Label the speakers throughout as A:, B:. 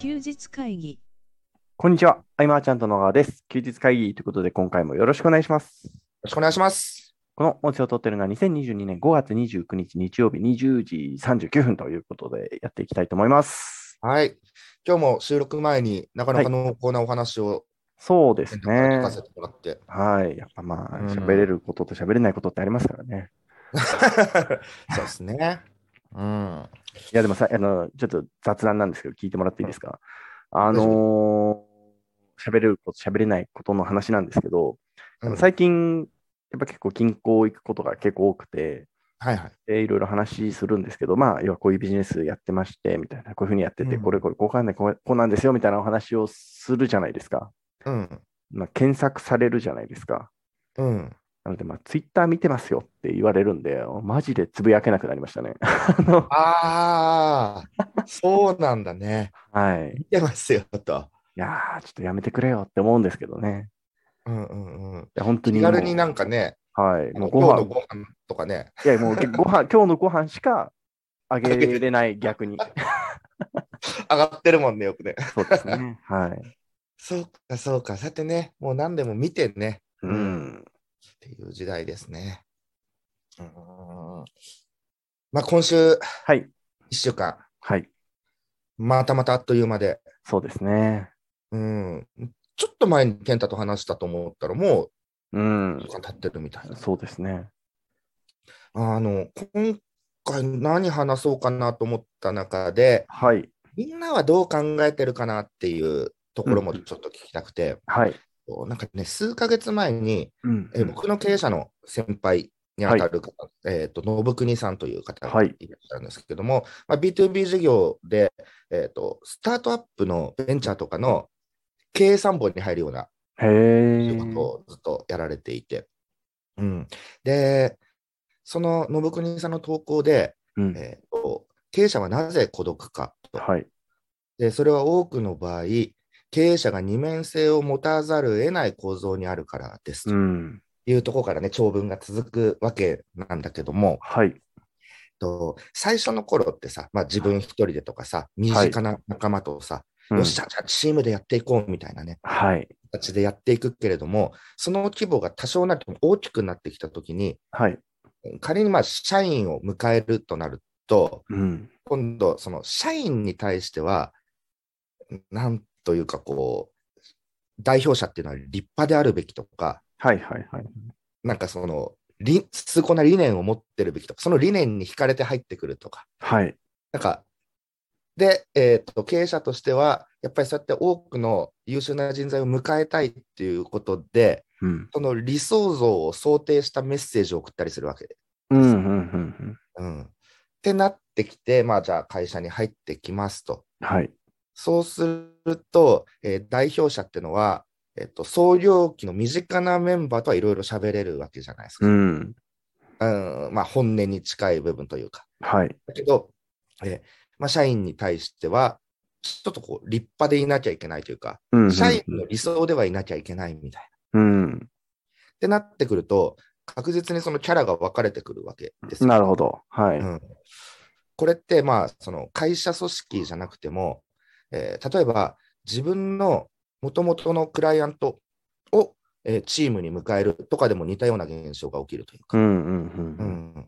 A: 休日会議。
B: こんにちは。アイマーちゃんと野川です。休日会議ということで、今回もよろしくお願いします。
C: ろしくお願いします。
B: この音声を撮っているのは2022年5月29日日曜日20時39分ということでやっていきたいと思います。
C: はい。今日も収録前になかなか濃厚なお話を
B: そうです
C: 聞
B: ね
C: か。せてもら って。
B: はい。やっぱまあ、
C: うん
B: 喋れることと喋れないことってありますからね。
C: そうですね。うん。
B: いや、でもさ、あの、ちょっと雑談なんですけど、聞いてもらっていいですか。あのー喋れること、喋れないことの話なんですけど、でも
C: うん
B: 最近、やっぱ結構銀行行くことが結構多くて、
C: はいはい。
B: でいろいろ話するんですけど、まあ、要はこういうビジネスやってまして、みたいな、こういうふうにやってて、
C: うん
B: これこれ、こうかんない、こうこうなんですよ、みたいなお話をするじゃないですか。
C: うん。
B: まあ、検索されるじゃないですか。
C: うん。
B: なので、まあ、ツイッター見てますよって言われるんで、マジでつぶやけなくなりましたね。 あの
C: ああ、そうなんだね。
B: はい。い
C: 見てますよ、と。
B: やー、ちょっとやめてくれよって思うんですけどね。
C: うんうんうん。
B: いや、本当に
C: 気
B: もう。
C: 軽になんかね、
B: はい。
C: あ
B: もうご
C: の今日の
B: 飯、
C: ご飯とかね。
B: いや、もうご飯、今日のご飯しかあげれない、逆 に。
C: 上がってるもんね、よくね。
B: そうですね。はい。
C: そうか、そうか。さてね、もう何でも見てね。
B: うん。
C: っていう時代ですね。うんうんうん。まあ、今週、
B: はい。
C: 一週間、
B: はい。
C: またまたあっという間で、
B: そうですね。
C: うん、ちょっと前に健太と話したと思ったら、も
B: うん
C: う、。経ってるみたいな。
B: そうですね。
C: あの、今回何話そうかなと思った中で、
B: はい。
C: みんなはどう考えてるかなっていうところもちょっと聞きたくて、
B: はい。
C: こうなんかね、数ヶ月前に、
B: うん
C: え僕の経営者の先輩にあたる方、えっ、と、信国さんという方
B: は
C: が
B: い
C: いらっしゃるんですけども、まあ、B2B 事業で、えっ、と、スタートアップのベンチャーとかの経営参本に入るような
B: へえ
C: 仕。事をずっとやられていて、うん。で、その信国さんの投稿で、
B: うん
C: えっ、と、経営者はなぜ孤独かと。
B: はい。
C: で、それは多くの場合、経営者が二面性を持たざるを得ない構造にあるからですと。
B: うん。
C: いうところからね、長文が続くわけなんだけども、
B: はい。
C: と最初の頃ってさ、まあ、自分一人でとかさ、身近な仲間とさ、
B: うん
C: よっしゃ、じゃあチームでやっていこうみたいなね、
B: はい。
C: 形でやっていくけれども、その規模が多少なりとも大きくなってきたときに、
B: はい。
C: 仮にまあ社員を迎えるとなると、
B: うん。
C: 今度、その社員に対しては、なんというかこう、代表者っていうのは立派であるべきとか、
B: はいはいはい。
C: なんかその、り崇高な理念を持ってるべきとか、その理念に惹かれて入ってくるとか、
B: はい。
C: なんか、で、えっと経営者としては、やっぱりそうやって多くの優秀な人材を迎えたいっていうことで、
B: うん。
C: その理想像を想定したメッセージを送ったりするわけで。
B: うんうんうんうん。
C: うん、ってなってきて、まあ、じゃあ会社に入ってきますと。
B: はい。
C: そうすると、えー代表者ってのは、えっと創業期の身近なメンバーとはいろいろ喋れるわけじゃないですか
B: う。ん。
C: うんまあ、本音に近い部分というか。
B: はい。
C: だけど、えーまあ、社員に対しては、ちょっとこう立派でいなきゃいけないというか、
B: うん。
C: 社員の理想ではいなきゃいけないみたいな。っ
B: うん。
C: てなってくると、確実にそのキャラが分かれてくるわけですよ。
B: なるほど。はい。
C: うんこれって、まあ、その会社組織じゃなくても、えー例えば自分の元々のクライアントを、えーチームに迎えるとかでも似たような現象が起きるというか
B: う。んうん
C: う
B: うん。
C: ん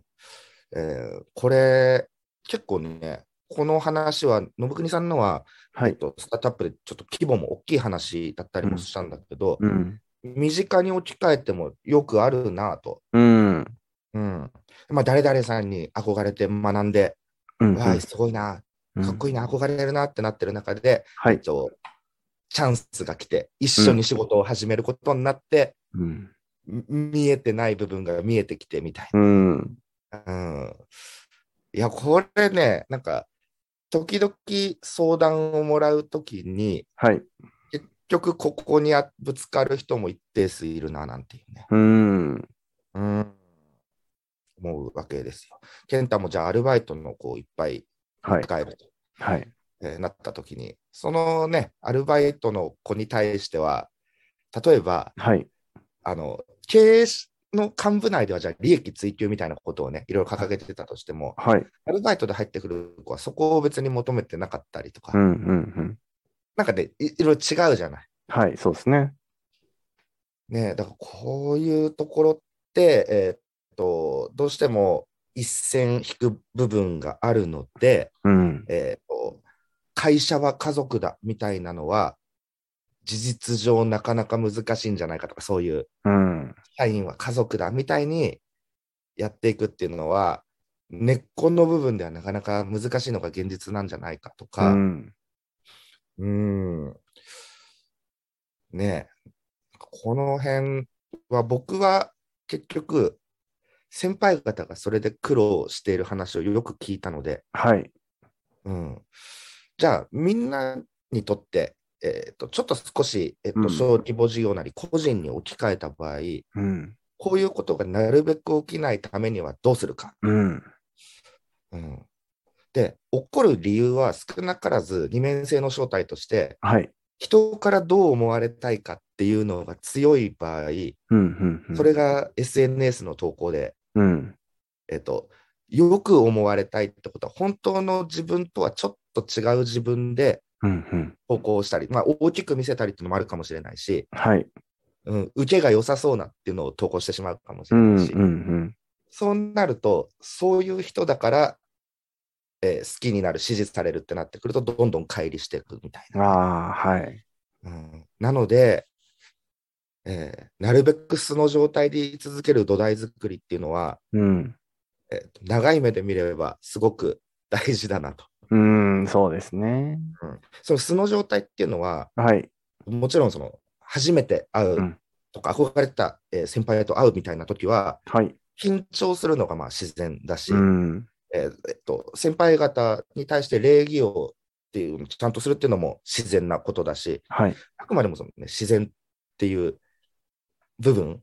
C: えーこれ、結構ね、この話は、信国さんのは、
B: は
C: えっ
B: い。
C: と、スタートアップでちょっと規模も大きい話だったりもしたんだけど、
B: うん。
C: 身近に置き換えてもよくあるなぁと。
B: うん。
C: うんまあ、誰々さんに憧れて学んで、
B: うん。
C: わあ、すごいな、かっこいいな、憧れるなってなってる中で、
B: は
C: え
B: い
C: っ。とチャンスが来て、一緒に仕事を始めることになって、
B: うん。
C: み見えてない部分が見えてきてみたいな。
B: うん。
C: うんいや、これね、なんか、時々相談をもらうときに、
B: はい。
C: 結局ここにあぶつかる人も一定数いるな、なんていうね、
B: うん。
C: うん、思うわけですよ。健太もじゃあアルバイトの子をいっぱい
B: はい。
C: 迎えると、
B: はい。
C: えーなったときに、そのね、アルバイトの子に対しては、例えば、
B: はい。
C: あの、経営の幹部内ではじゃあ利益追求みたいなことをね、いろいろ掲げてたとしても、
B: はい。
C: アルバイトで入ってくる子はそこを別に求めてなかったりとか、
B: うんうん
C: なんかね、いいろいろ違うじゃない。
B: はい、そうですね。
C: ね、だからこういうところって、えーっと、どうしても一線引く部分があるので、
B: うん。
C: えーっと、会社は家族だみたいなのは、事実上なかなか難しいんじゃないかとか、そういう
B: うん。
C: 社員は家族だみたいにやっていくっていうのは、根っこの部分ではなかなか難しいのが現実なんじゃないかと
B: う
C: か、
B: ん。
C: うーん。ねえ。この辺は僕は結局、先輩方がそれで苦労している話をよく聞いたので、
B: はい。
C: うん。じゃあ、みんなにとって、えっと、ちょっと少し、えっ
B: う
C: と、
B: ん
C: 小規模事業なり個人に置き換えた場合、
B: うん。
C: こういうことがなるべく起きないためにはどうするか。
B: うん。
C: うん。で、起こる理由は少なからず二面性の正体として、
B: はい。
C: 人からどう思われたいかっていうのが強い場合、
B: うん。うん。うん
C: それ。が SNS の投稿で、
B: うん。
C: えっと、よく思われたいってことは、本当の自分とはちょっと違う自分で
B: うん。うん。
C: 投稿したり、まあ、大きく見せたりっていうのもあるかもしれないし、
B: はい。
C: うん、受けが良さそうなっていうのを投稿してしまうかもし
B: う
C: れ
B: ん。う
C: ない
B: ん
C: し、。
B: うん
C: そうなると、そういう人だから、えー好きになる、支持されるってなってくると、どんどん乖離していくみたいな。
B: ああ、はい。
C: うんなので、えーなるべく素の状態で居続ける土台作りっていうのは、
B: うん。
C: えーと長い目で見ればすごく大事だなと。
B: うん、そうですね。
C: その素の状態っていうのは、
B: はい。
C: もちろんその初めて会
B: う
C: うんとか、憧れてた、えー先輩と会うみたいな時は、
B: はい。
C: 緊張するのがまあ自然だし、
B: うん。
C: えーえっと、先輩方に対して礼儀をっていうのをちゃんとするっていうのも自然なことだし、
B: はい。
C: あくまでもその、ね、自然っていう部分、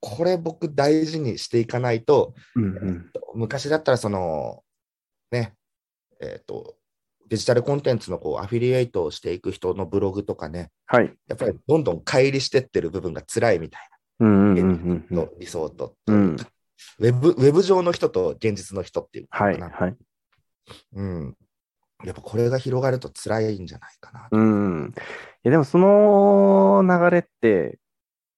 C: これ僕大事にしていかないと、
B: うん。うん。
C: 昔だったらその、ね、えっ、と、デジタルコンテンツのこうアフィリエイトをしていく人のブログとかね、
B: はい。
C: やっぱりどんどん乖離してってる部分が辛いみたい
B: うん。うん。うん。う
C: な、
B: ん
C: の理想と、
B: うん。
C: ウェブ。ウェブ上の人と現実の人っていうの
B: はい。
C: かな。
B: はい。
C: うん。やっぱこれが広がると辛いんじゃないかな。
B: うん。いや、でもその流れって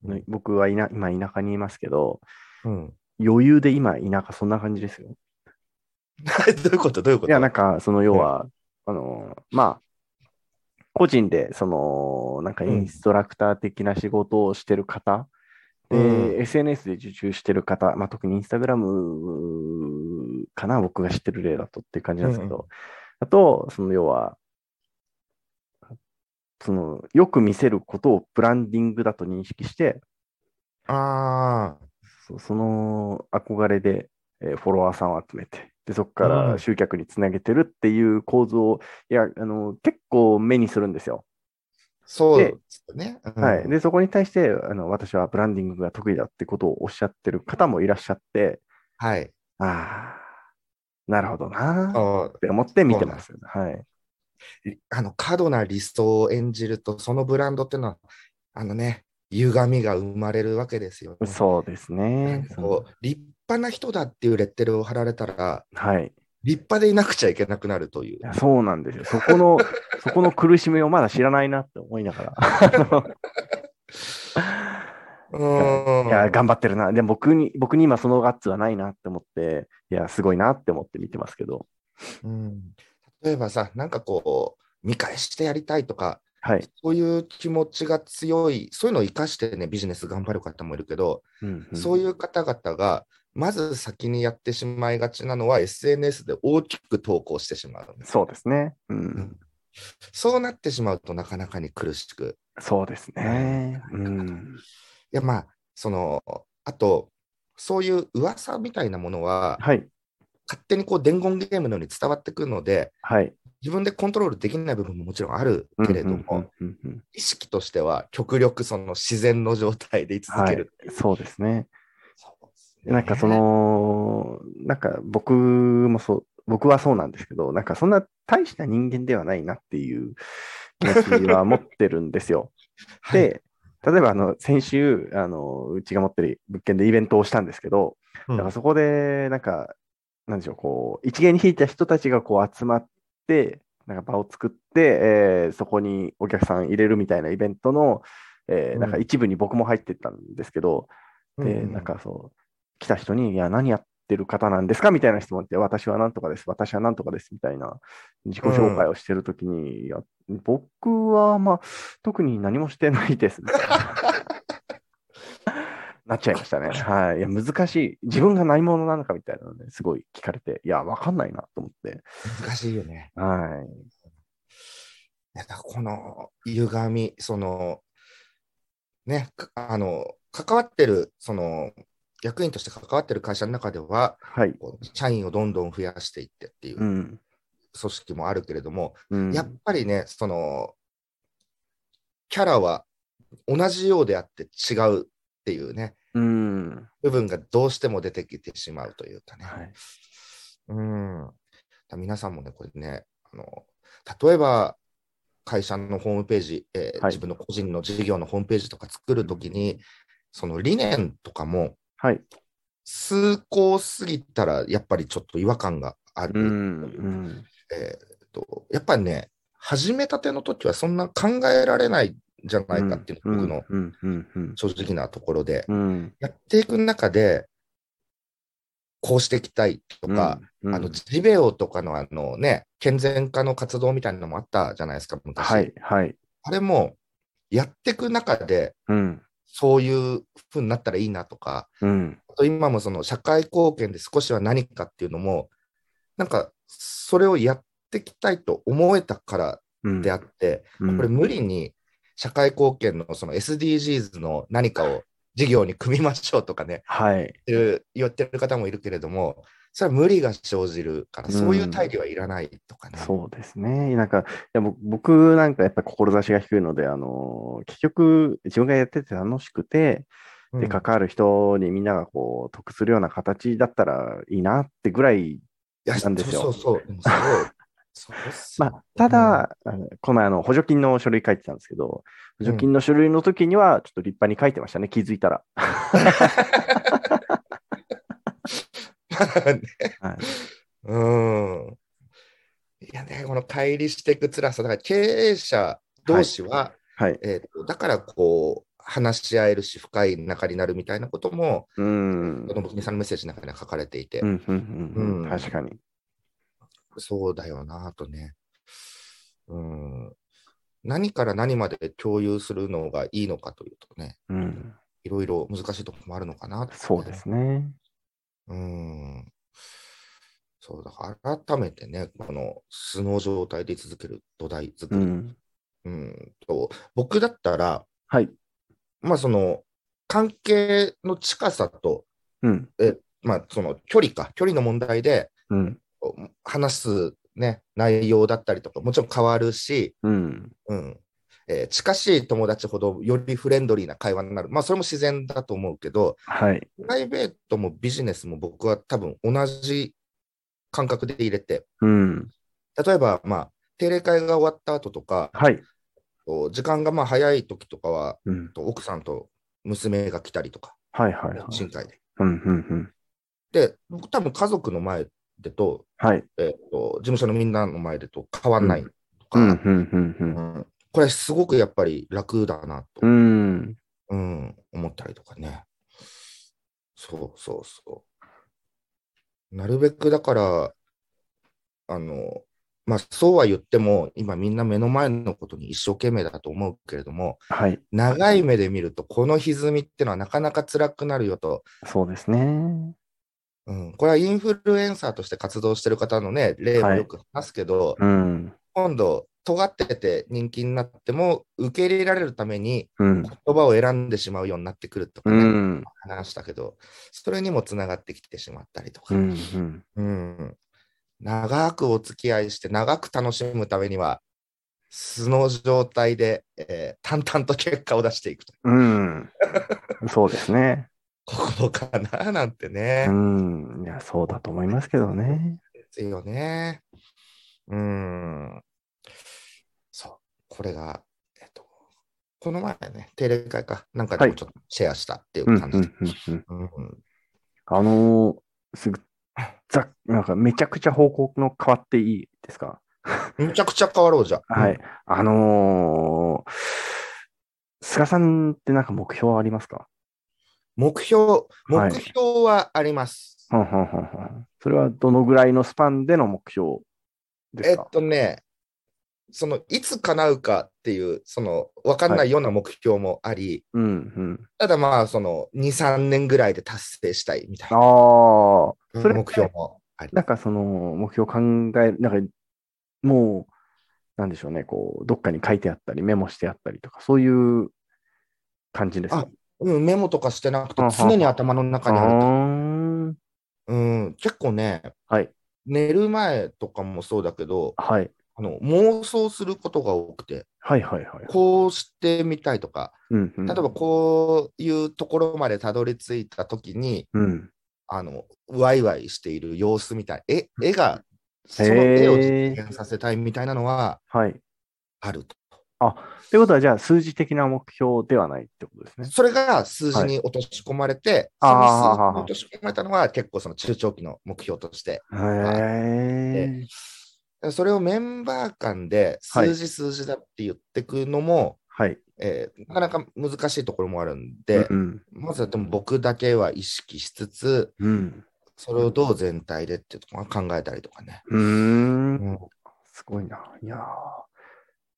C: うん、
B: 僕はいな今田舎にいますけど、
C: うん。
B: 余裕で今田舎そんな感じですよ。
C: どういうことどういうこ
B: い
C: と
B: や、なんか、その要は、あの、まあ、個人で、その、なんかイ
C: うん
B: ンストラクター的な仕事をしてる方、
C: うん
B: で、SNS で受注してる方、まあ、特にインスタグラムかな、僕が知ってる例だとっていう感じなんですけ
C: うんう
B: ど、あと、その要は、その、よく見せることをブランディングだと認識して、
C: ああ。
B: そその憧れで、えーフォロワーさんを集めて、でそこか
C: う
B: ら
C: ん
B: 集客につなげてるっていう構造を、いやあの結構目にするんですよ。
C: そうですよね。うん
B: はい、でそこに対してあの私はブランディングが得意だってことをおっしゃってる方もいらっしゃって、
C: はい。
B: ああ、なるほどなっ
C: あ
B: て思って見てます。はい、
C: あの、過度な理想を演じると、そのブランドっていうのは、あのね、歪みが生まれるわけですよね、
B: そうです
C: なん
B: ね。
C: かこう立派な人だっていうレッテルを貼られたら、
B: はい、
C: 立派でいなくちゃいけなくなるという
B: い。やそうなんですよ。そこの、そこの苦しみをまだ知らないなって思いながら。あの
C: うーん
B: いや、頑張ってるな。でも僕に、僕に今そのガッツはないなって思って、いや、すごいなって思って見てますけど。
C: うん例えばさ、なんかこう、見返してやりたいとか、
B: はい。
C: そういう気持ちが強い、そういうのを生かしてね、ビジネス頑張る方もいるけど、
B: うんうん
C: そういう方々が、まず先にやってしまいがちなのは、SNS で大きく投稿してしまうんです。
B: そうですね。うん。
C: そうなってしまうとなかなかに苦しく。
B: そうですね。うん。
C: いや、まあ、その、あと、そういう噂みたいなものは、
B: はい。
C: 勝手にこう伝言ゲームのように伝わってくるので、
B: はい。
C: 自分でコントロールできない部分ももちろんあるけれども、
B: うんうんうんうん
C: 意識としては極力その自然の状態で居続ける。
B: うんそうですね。
C: そうですね
B: なんかそ、の、なんか僕もそう、僕はそうなんですけど、なんかそんな大した人間ではないなっていう気持ちは持ってるんです よ。
C: はい、
B: で、例えばあの先週あの、うちが持ってる物件でイベントをしたんですけど、
C: うん
B: だからそこで、なんか、なんでしょう、こう、一芸に引いた人たちがこう集まって、なんか場を作って、えーそこにお客さん入れるみたいなイベントの、えー
C: うん
B: なんか一部に僕も入ってったんですけど、で、なんかそう、来た人に、いや、何やってる方なんですかみたいな質問って、私は何とかです、私は何とかです、みたいな自己紹介をしてるときに、いや、僕は、まあ、特に何もしてないです、みたいな なっちゃいましたね。はい。いや、難しい。自分が何者なのかみたいなのね、すごい聞かれて、いや、わかんないなと思って。
C: 難しいよね。
B: はい。
C: だからこの歪み、その、ね、かあの、関わってる、その、役員として関わってる会社の中では、
B: はい。
C: こう社員をどんどん増やしていってっていう
B: う
C: 組
B: ん。
C: 織もあるけれども、
B: うん、
C: やっぱりね、その、キャラは同じようであって違うっていうね、
B: うん。
C: 部分がどうしても出てきてしまうというかね。
B: はい。
C: うん。だから皆さんもね、これね、あの例えば会社のホームページ、えー
B: はい
C: 自分の個人の事業のホームページとか作るときに、その理念とかも、
B: はい。
C: 崇高すぎたら、やっぱりちょっと違和感があ
B: う
C: ると
B: ん。う
C: いう、
B: ん。
C: えーっとやっぱりね、始めたての時はそんな考えられないんじゃないかっていうのが僕の
B: うん。うん。うん。
C: 正直なところで、
B: うん。
C: やっていく中で、こうしていきたいとか、
B: うん、
C: あのジベオとかのあの、ね、健全化の活動みたいなのもあったじゃないですか、昔。
B: はい。はい。
C: あれもやっていく中で、
B: うん。
C: そういうふうになったらいいなとか、
B: うん。
C: あと今もその社会貢献で少しは何かっていうのも、なんかそれをやっていきたいと思えたから
B: うん。
C: であって、
B: うん、
C: これ無理に社会貢献のその SDGs の何かを事業に組みましょうとかね、
B: はい。
C: っていう言ってる方もいるけれども、それは無理が生じるから、
B: うん
C: そういう大義はいらないとかね。
B: そうですね。なんか、いや僕僕なんかやっぱり志が低いので、あのー結局自分がやってて楽しくて、
C: うん
B: で、関わる人にみんながこう、得するような形だったらいいなってぐらい
C: いや
B: なんですよ
C: そうそうそう。でもそうそうっす
B: ま
C: よ
B: あ、ただ、あのこのあの補助金の書類書いてたんですけど、補助金の書類の時には、ちょっと立派に書いてましたね、気づいたら。はい、
C: うん。いやね、この乖離していく辛さ、だから経営者同士は、
B: はい。
C: えーとだからこう、話し合えるし、深い仲になるみたいなことも、
B: うん。
C: この僕にさんのメッセージの中には書かれていて、
B: うん、うん、うんう。
C: うんん
B: 確かに。
C: そうだよなとね。うん。何から何まで共有するのがいいのかというとね、
B: うん。
C: いろいろ難しいところもあるのかなと、
B: そうで。すね。
C: うん。そうだから改めてね、この素の状態で続ける土台作
B: う
C: り、
B: ん。
C: うんと僕だったら、
B: はい。
C: まあその関係の近さと、
B: うん。
C: まあその距離か、距離の問題で
B: うん。
C: こう話す、ね、内容だったりとか、もちろん変わるし、
B: うん。
C: うんえー近しい友達ほどよりフレンドリーな会話になる、まあそれも自然だと思うけど、
B: はい。
C: プライベートもビジネスも僕は多分同じ感覚で入れて、
B: うん。
C: 例えば、まあ、定例会が終わった後とか、
B: はい。
C: お時間がまあ早い時とかは、
B: うん。
C: と奥さんと娘が来たりとか、
B: はいはいはい。
C: 新会で。
B: うんうんうん。
C: で、僕多分家族の前でと、
B: はい。
C: えっと事務所のみんなの前でと変わんないと
B: う
C: か、
B: んうんうん
C: うんこれすごくやっぱり楽だなと、
B: うん。うん。
C: うん思ったりとかね。そうそうそう。なるべくだから、あの、まあそうは言っても、今みんな目の前のことに一生懸命だと思うけれども、
B: はい。
C: 長い目で見ると、この歪みってのはなかなか辛くなるよと、
B: そうですね。
C: うん、これはインフルエンサーとして活動してる方のね、例もよく話すけど、
B: うん。
C: 今度、尖ってて人気になっても、受け入れられるために
B: うん。
C: 言葉を選んでしまうようになってくるとか
B: う
C: ね。
B: ん。
C: 話したけど、それにもつながってきてしまったりとか、
B: うん。うん。
C: うん長くお付き合いして、長く楽しむためには、素の状態で、えー淡々と結果を出していくと。
B: うん。そうですね。
C: ここかななんて
B: う
C: ね、
B: ん。いや、そうだと思いますけどね。
C: ですよね。うん。そう、これが、えっと、この前ね、定例会か、なんかでもちょっとシェアしたっていう
B: うん。う
C: 感
B: ん。
C: じ
B: う
C: で。
B: ん。うん。
C: うん
B: あのー、すぐ、ざっ、なんかめちゃくちゃ方向の変わっていいですか
C: むちゃくちゃ変わろうじゃ。
B: はい。あのー菅さんってなんか目標はありますか
C: 目標、
B: はい
C: 目標はあります。
B: はんはんはんはんそれはどのぐらいのスパンでの目標で
C: え
B: す
C: っ
B: か
C: とね、そのいつ叶うかっていう、その分かん
B: は
C: ないような目標もあり、
B: うんうん。
C: ただまあ、その2、3年ぐらいで達成したいみたい
B: ああ、
C: な
B: それ
C: 目標もあり。
B: なんかその目標を考える、なんかもう、なんでしょうね、こう、どっかに書いてあったり、メモしてあったりとか、そういう感じですか
C: あうん、メモとかしてなくて
B: うんうん、
C: 常に頭の中にある
B: う
C: と。
B: ーん
C: うん、結構ね、
B: はい、
C: 寝る前とかもそうだけど、
B: はい、
C: あの妄想することが多くて、
B: はい、はい、はい。
C: こうしてみたいとか、
B: うんうん
C: 例えばこういうところまでたどり着いたときに、
B: うん。
C: あの、ワイワイしている様子みたい。絵絵が、その
B: へー
C: 絵を実現させたいみたいなのは
B: はい。
C: あると。
B: ということは、じゃあ、数字的な目標ではないってことですね。
C: それが数字に落とし込まれて、
B: はいあ
C: その数字
B: ーはーはー
C: に落とし込まれたのは結構その中長期の目標として。
B: へえ。
C: それをメンバー間で
B: はい
C: 数字数字だって言ってくのも、
B: はい。
C: えーなかなか難しいところもあるんで、
B: うん
C: まずはでも僕だけは意識しつつ、
B: うん。
C: それをどう全体でっていうところは考えたりとかね。
B: うん。うー。
C: うんん
B: すごいな。いやー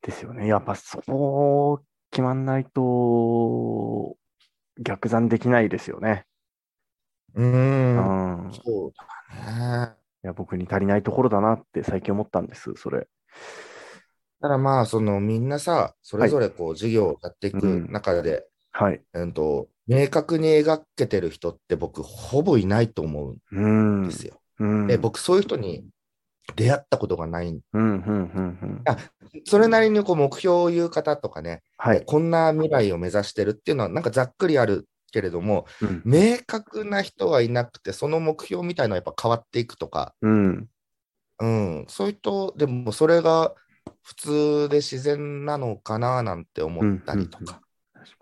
B: ですよね。やっぱ、そこ決まんないと、逆算できないですよね。
C: う
B: う
C: ーん。
B: ん。い
C: そうだね。
B: や、僕に足りないところだなって最近思ったんです、それ。
C: ただまあ、そのみんなさ、それぞれこう授業をやっていく中で、
B: はい。
C: うんと、明確に描けてる人って僕、ほぼいないと思
B: う
C: うん
B: ん
C: で。すよ。
B: うん。
C: で、僕、そういう人に出会ったことがない。
B: うん、うん、うん、うん。
C: それなりにこう目標を言う方とかね、
B: はい。
C: こんな未来を目指してるっていうのは、なんかざっくりあるけれども、
B: うん
C: 明確な人はいなくて、その目標みたいのはやっぱ変わっていくとか、
B: うん。
C: うん、そういう人、でもそれが普通で自然なのかななんて思ったりとか。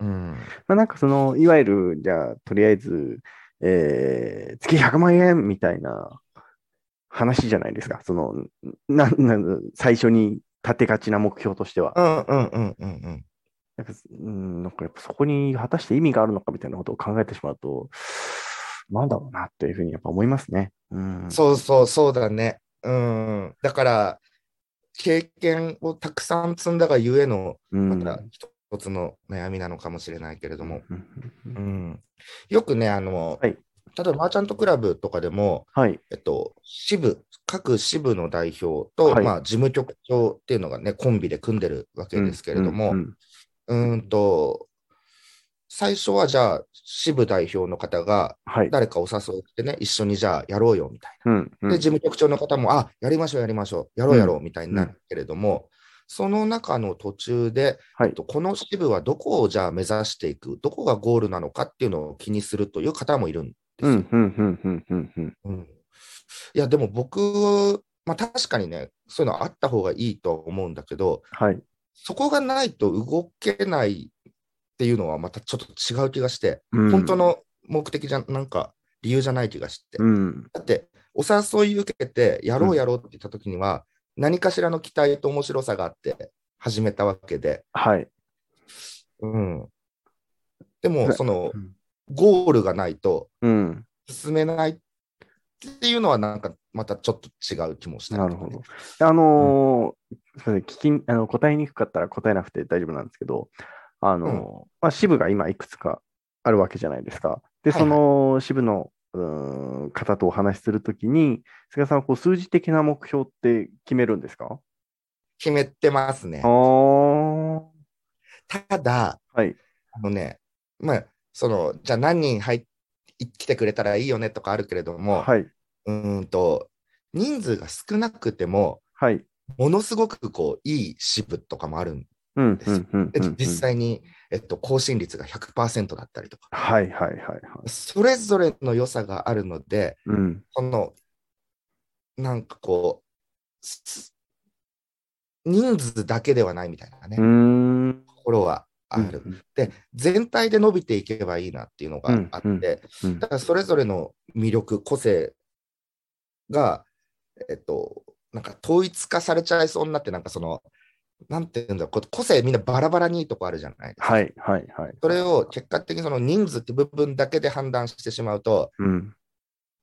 C: うん
B: まあ、なんかその、いわゆる、じゃあ、とりあえず、えー月100万円みたいな話じゃないですか。その、ななん最初に立てがちな目標としては。
C: うんうんうんうんうん。
B: なんか、うん、なんかやっぱそこに果たして意味があるのかみたいなことを考えてしまうと、なんだろうなっていうふうにやっぱ思いますね。うん。
C: そうそうそうだね。うん。だから、経験をたくさん積んだがゆえの、
B: うん。
C: また一つの悩みなのかもしれないけれども。
B: うん
C: うん。よくね、あの、
B: はい
C: 例えばマーチャントクラブとかでも、
B: はい。
C: えっと、支部、各支部の代表と、
B: はい
C: まあ、事務局長っていうのがね、コンビで組んでるわけですけれども、
B: う
C: うんーんと、最初はじゃあ、支部代表の方が
B: はい。
C: 誰かお誘いしてね、一緒にじゃあやろうよみたい
B: うん。
C: な。で、事務局長の方も、あ、やりましょう、やりましょう、やろう、やろうみたいになるけれども、その中の途中で、
B: はい
C: えっとこの支部はどこをじゃあ目指していく、どこがゴールなのかっていうのを気にするという方もいるんで
B: う
C: すよ。
B: ん。うん。うん。うん。うん。うん。
C: うんいや、でも僕、まあ確かにね、そういうのあった方がいいと思うんだけど、
B: はい。
C: そこがないと動けないっていうのはまたちょっと違う気がして、
B: うん
C: 本当。の目的じゃ、なんか理由じゃない気がして。
B: うん。
C: だって、お誘い受けて、やろ
B: うん
C: うやろうって言った時には、何かしらの期待と面白さがあって始めたわけで、
B: はい。
C: うん。でも、その
B: うん、
C: ゴールがないと、
B: うん。
C: 進めないっていうのは、なんかまたちょっと違う気もしたり
B: なる
C: とか
B: ほ
C: ね
B: ど。。あのーすみません、聞き、あの、答えにくかったら答えなくて大丈夫なんですけど、あのー
C: うん
B: まあ、支部が今いくつかあるわけじゃないですか。で、
C: はい
B: そ
C: はい
B: の支部の、うーん方とお話しするときに、菅さんはこう数字的な目標って決めるんですか
C: 決めてますね
B: あ。ー
C: ただ、
B: はい。
C: あのね、まあ、その、じゃあ何人入っ来てくれたらいいよねとかあるけれども、
B: はい。
C: うーんと、人数が少なくても、
B: はい。
C: ものすごくこう、いい支部とかもあるん
B: うん。
C: す
B: う
C: よ
B: ん。うん。
C: で
B: うん
C: 実。際に、えっと、更新率が100%だったりとか、
B: はい。はい。はい。はい。
C: それぞれの良さがあるので、
B: うん。
C: その、なんかこう、す人数だけではないみたいなね、
B: うーん。
C: ところはある、
B: うん
C: で、全体で伸びていけばいいなっていうのがあっ
B: う
C: て、
B: んうんうん
C: だからそれぞれの魅力、個性が、えっと、なんか統一化されちゃいそうになって、なんかその、なんていうんだろうこう、個性みんなバラバラにいいとこあるじゃないですか。
B: はい、はい、はい。
C: それを結果的にその人数って部分だけで判断してしまうと、
B: うん。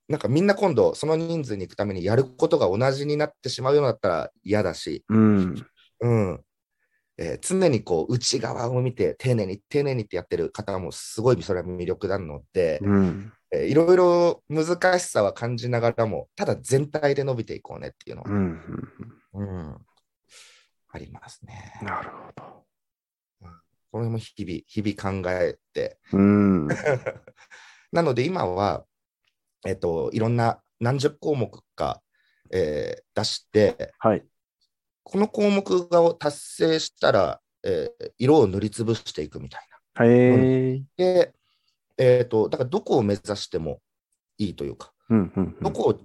C: なんかみんな今度、その人数に行くためにやることが同じになってしまうようになったら嫌だし、
B: うん。
C: うんえー常にこう内側を見て、丁寧に丁寧にってやってる方もすごいそれは魅力なので、
B: うん。
C: えーいろいろ難しさは感じながらも、ただ全体で伸びていこうねっていうのは
B: う、ん。
C: うんありますね。
B: なるほど。
C: これも日々、日々考えて。
B: うん。
C: なので今は、えっと、いろんな何十項目か、えー出して、
B: はい。
C: この項目がを達成したら、えー色を塗りつぶしていくみたいな。
B: へえ。
C: で、えっと、だからどこを目指してもいいというか、
B: うん。うん。
C: どこを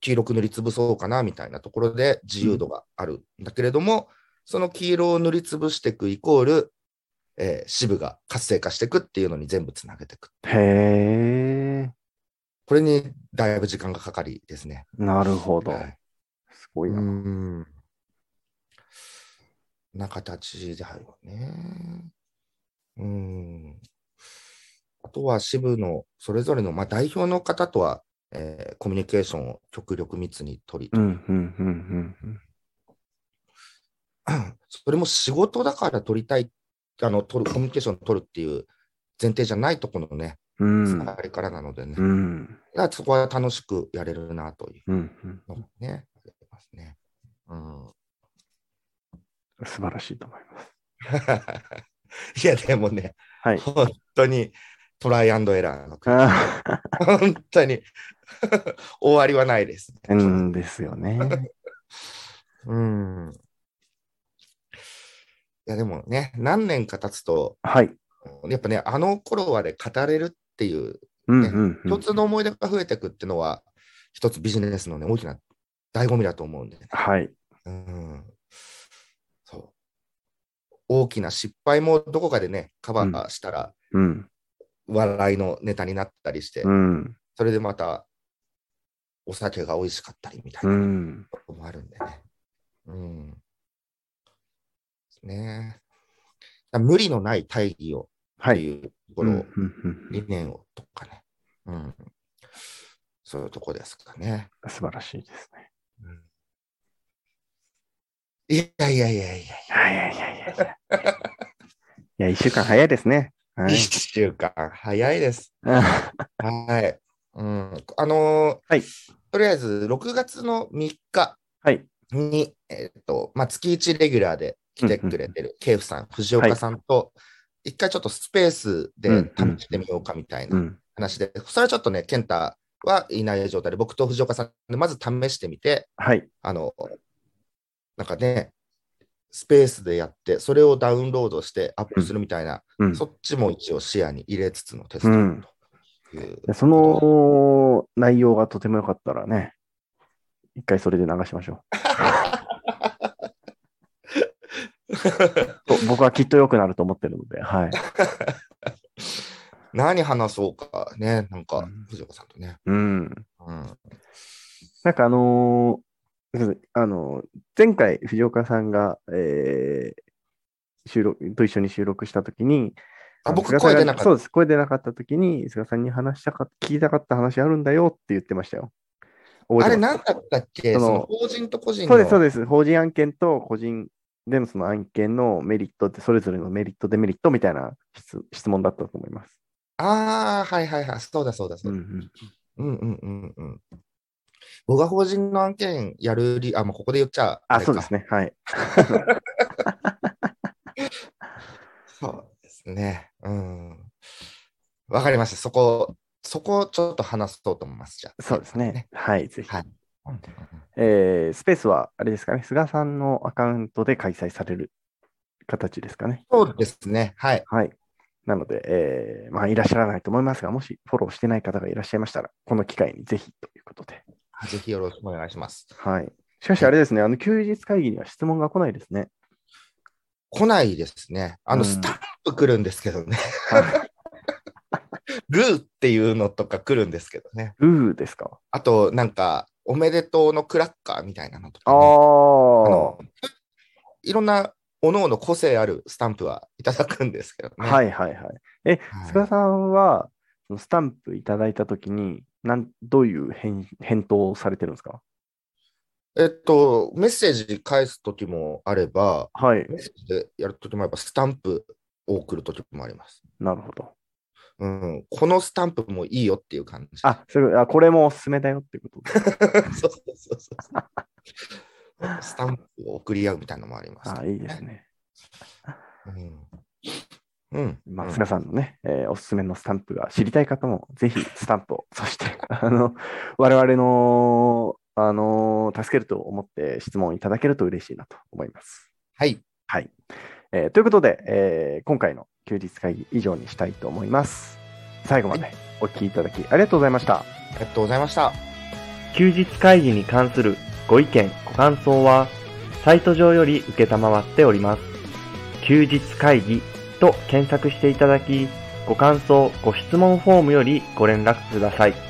C: 黄色く塗りつぶそうかなみたいなところで自由度があるんだけれども、その黄色を塗りつぶしていくイコール、えー支部が活性化していくっていうのに全部つなげていく。
B: へえ。
C: これにだいぶ時間がかかりですね。
B: なるほど
C: は。い
B: すごいうな。
C: ん。な形であるよね。うん。あとは支部のそれぞれの、まあ、代表の方とは、えーコミュニケーションを極力密に取り、
B: うん。うん。うん。うん。
C: それも仕事だから取りたい、あの取るコミュニケーションを取るっていう前提じゃないところのね、
B: うん。
C: つながりからなのでね、
B: う
C: だ
B: ん。
C: からそこは楽しくやれるなという
B: うん。うん。
C: のがね、ありますね。うん
B: 素晴らしいと思います。
C: いや、でもね、
B: はい。
C: 本当にトライアンドエラーの国
B: ああ、
C: 本当に終わりはないです、
B: う
C: ね。
B: んですよね。
C: うん。いや、でもね、何年か経つと、
B: はい。
C: やっぱね、あの頃はね、語れるっていう、
B: うん。うん。う
C: 共
B: ん
C: 通の思い出が増えていくっていうのは、一つビジネスのね、大きな醍醐味だと思うんでね。
B: はい。
C: うん。そう。大きな失敗もどこかでね、カバーしたら、
B: うん。
C: 笑いのネタになったりして、
B: うん。。
C: それでまたお酒が美味しかったりみたいうなんこともあるんでね。うん。ねえだ無理のない大義をっ
B: は
C: て
B: い。
C: いうところを、
B: うんうんうん
C: 理念をとかね。うん。そういうとこですかね。
B: 素晴らしいですね。
C: うんいやいやいやいやい
B: いやいやいやいやいや。いや、一週間早いですね。は
C: や、
B: い
C: 一。週間早いです。
B: あ
C: はい。うん、あのー
B: はい
C: とりあえず6月の3日
B: はい。。
C: に、えっとまあ、月1レギュラーで来てくれてるケイフさん、藤岡さんと、一回ちょっとスペースで試してみようかみたいうなん話で、それはちょっとね、健太はいない状態で、僕と藤岡さんでまず試してみて、
B: はい。
C: あのなんかね、スペースでやって、それをダウンロードしてアップするみたいな、
B: うん。
C: そっちも一応視野に入れつつのテス
B: うん
C: トという。
B: でその内容がとても良かったらね、一回それで流しまし ょう。と僕はきっと良くなると思ってるので、はい。
C: 何話そうかね、なん
B: う
C: か
B: ん、
C: 藤岡さんとね。
B: うん。
C: うん。
B: なんかあのーあのー前回藤岡さんが、えー収録、と一緒に収録したときに、
C: あ、
B: の
C: 僕、
B: 菅さん
C: 声
B: が
C: 出なか
B: そう
C: っ
B: です。声出なかったときに、菅さんに話したか、聞きたかった話あるんだよって言ってましたよ。
C: た。あ
B: 覚え
C: れ、
B: てます
C: 何だったっけ
B: そ
C: そ
B: の
C: の法人と個人の。
B: そうです、そうです。法人案件と個人でのその案件のメリットって、それぞれのメリット、デメリットみたいな質質問だったと思います。
C: ああ、はいはいはい。そうだ、そうだ、そううだ。
B: ん
C: うんうんうんうん。僕が法人の案件やる理あ、もうここで言っちゃ
B: あ、そうです
C: ね。
B: ね。はい。
C: そうですね。うん。わかりました。そこ、そこをちょっと話そうと思います。じゃあ。
B: そうですね。。はい、ぜひ。
C: はいうんうん
B: えースペースは、あれですかね、菅さんのアカウントで開催される形ですかね。
C: そうですね。はい。
B: はい。なので、えーまあ、いらっしゃらないと思いますが、もしフォローしてない方がいらっしゃいましたら、この機会にぜひということで。
C: ぜひよろしくお願いします。
B: はい。しかし、あれですね、あの、休日会議には質問が来ないですね。
C: 来ないですね。あの、
B: うん
C: スタンプ来るんですけどね。
B: はい
C: ルーっていうのとか来るんですけどね。
B: ルーですか
C: あと、なんか、おめでとうのクラッカーみたいなのとか、
B: あ
C: ね、あ
B: あ
C: のいろんな各々個性あるスタンプはいただくんですけどね。、
B: はいいはいはい。菅さんは、そのスタンプいただいたときに、なんどういう返返答をされてるんですか
C: えっと、メッセージ返すときもあれば、
B: はい。
C: メッセージでやるときもあれば、スタンプを送るときもあります。
B: なるほど。
C: うん、このスタンプもいいよっていう感じ。
B: あ、それあこれもおすすめだよってことで
C: そうそうそうそう。スタンプを送り合うみたいなのもあります、
B: あいいですね。
C: うん。うん。
B: まあ、菅さんのね、えーおすすめのスタンプが知りたい方も、ぜひスタンプを、そして、 あの、我々の、あの、助けると思って質問いただけると嬉しいなと思います。
C: はい。
B: えーということで、えー今回の休日会議以上にしたいと思います。最後までお聞きいただきありがとうございました。
C: ありがとうございました。
A: 休日会議に関するご意見、ご感想は、サイト上より受けたまわっております。休日会議と検索していただき、ご感想、ご質問フォームよりご連絡ください。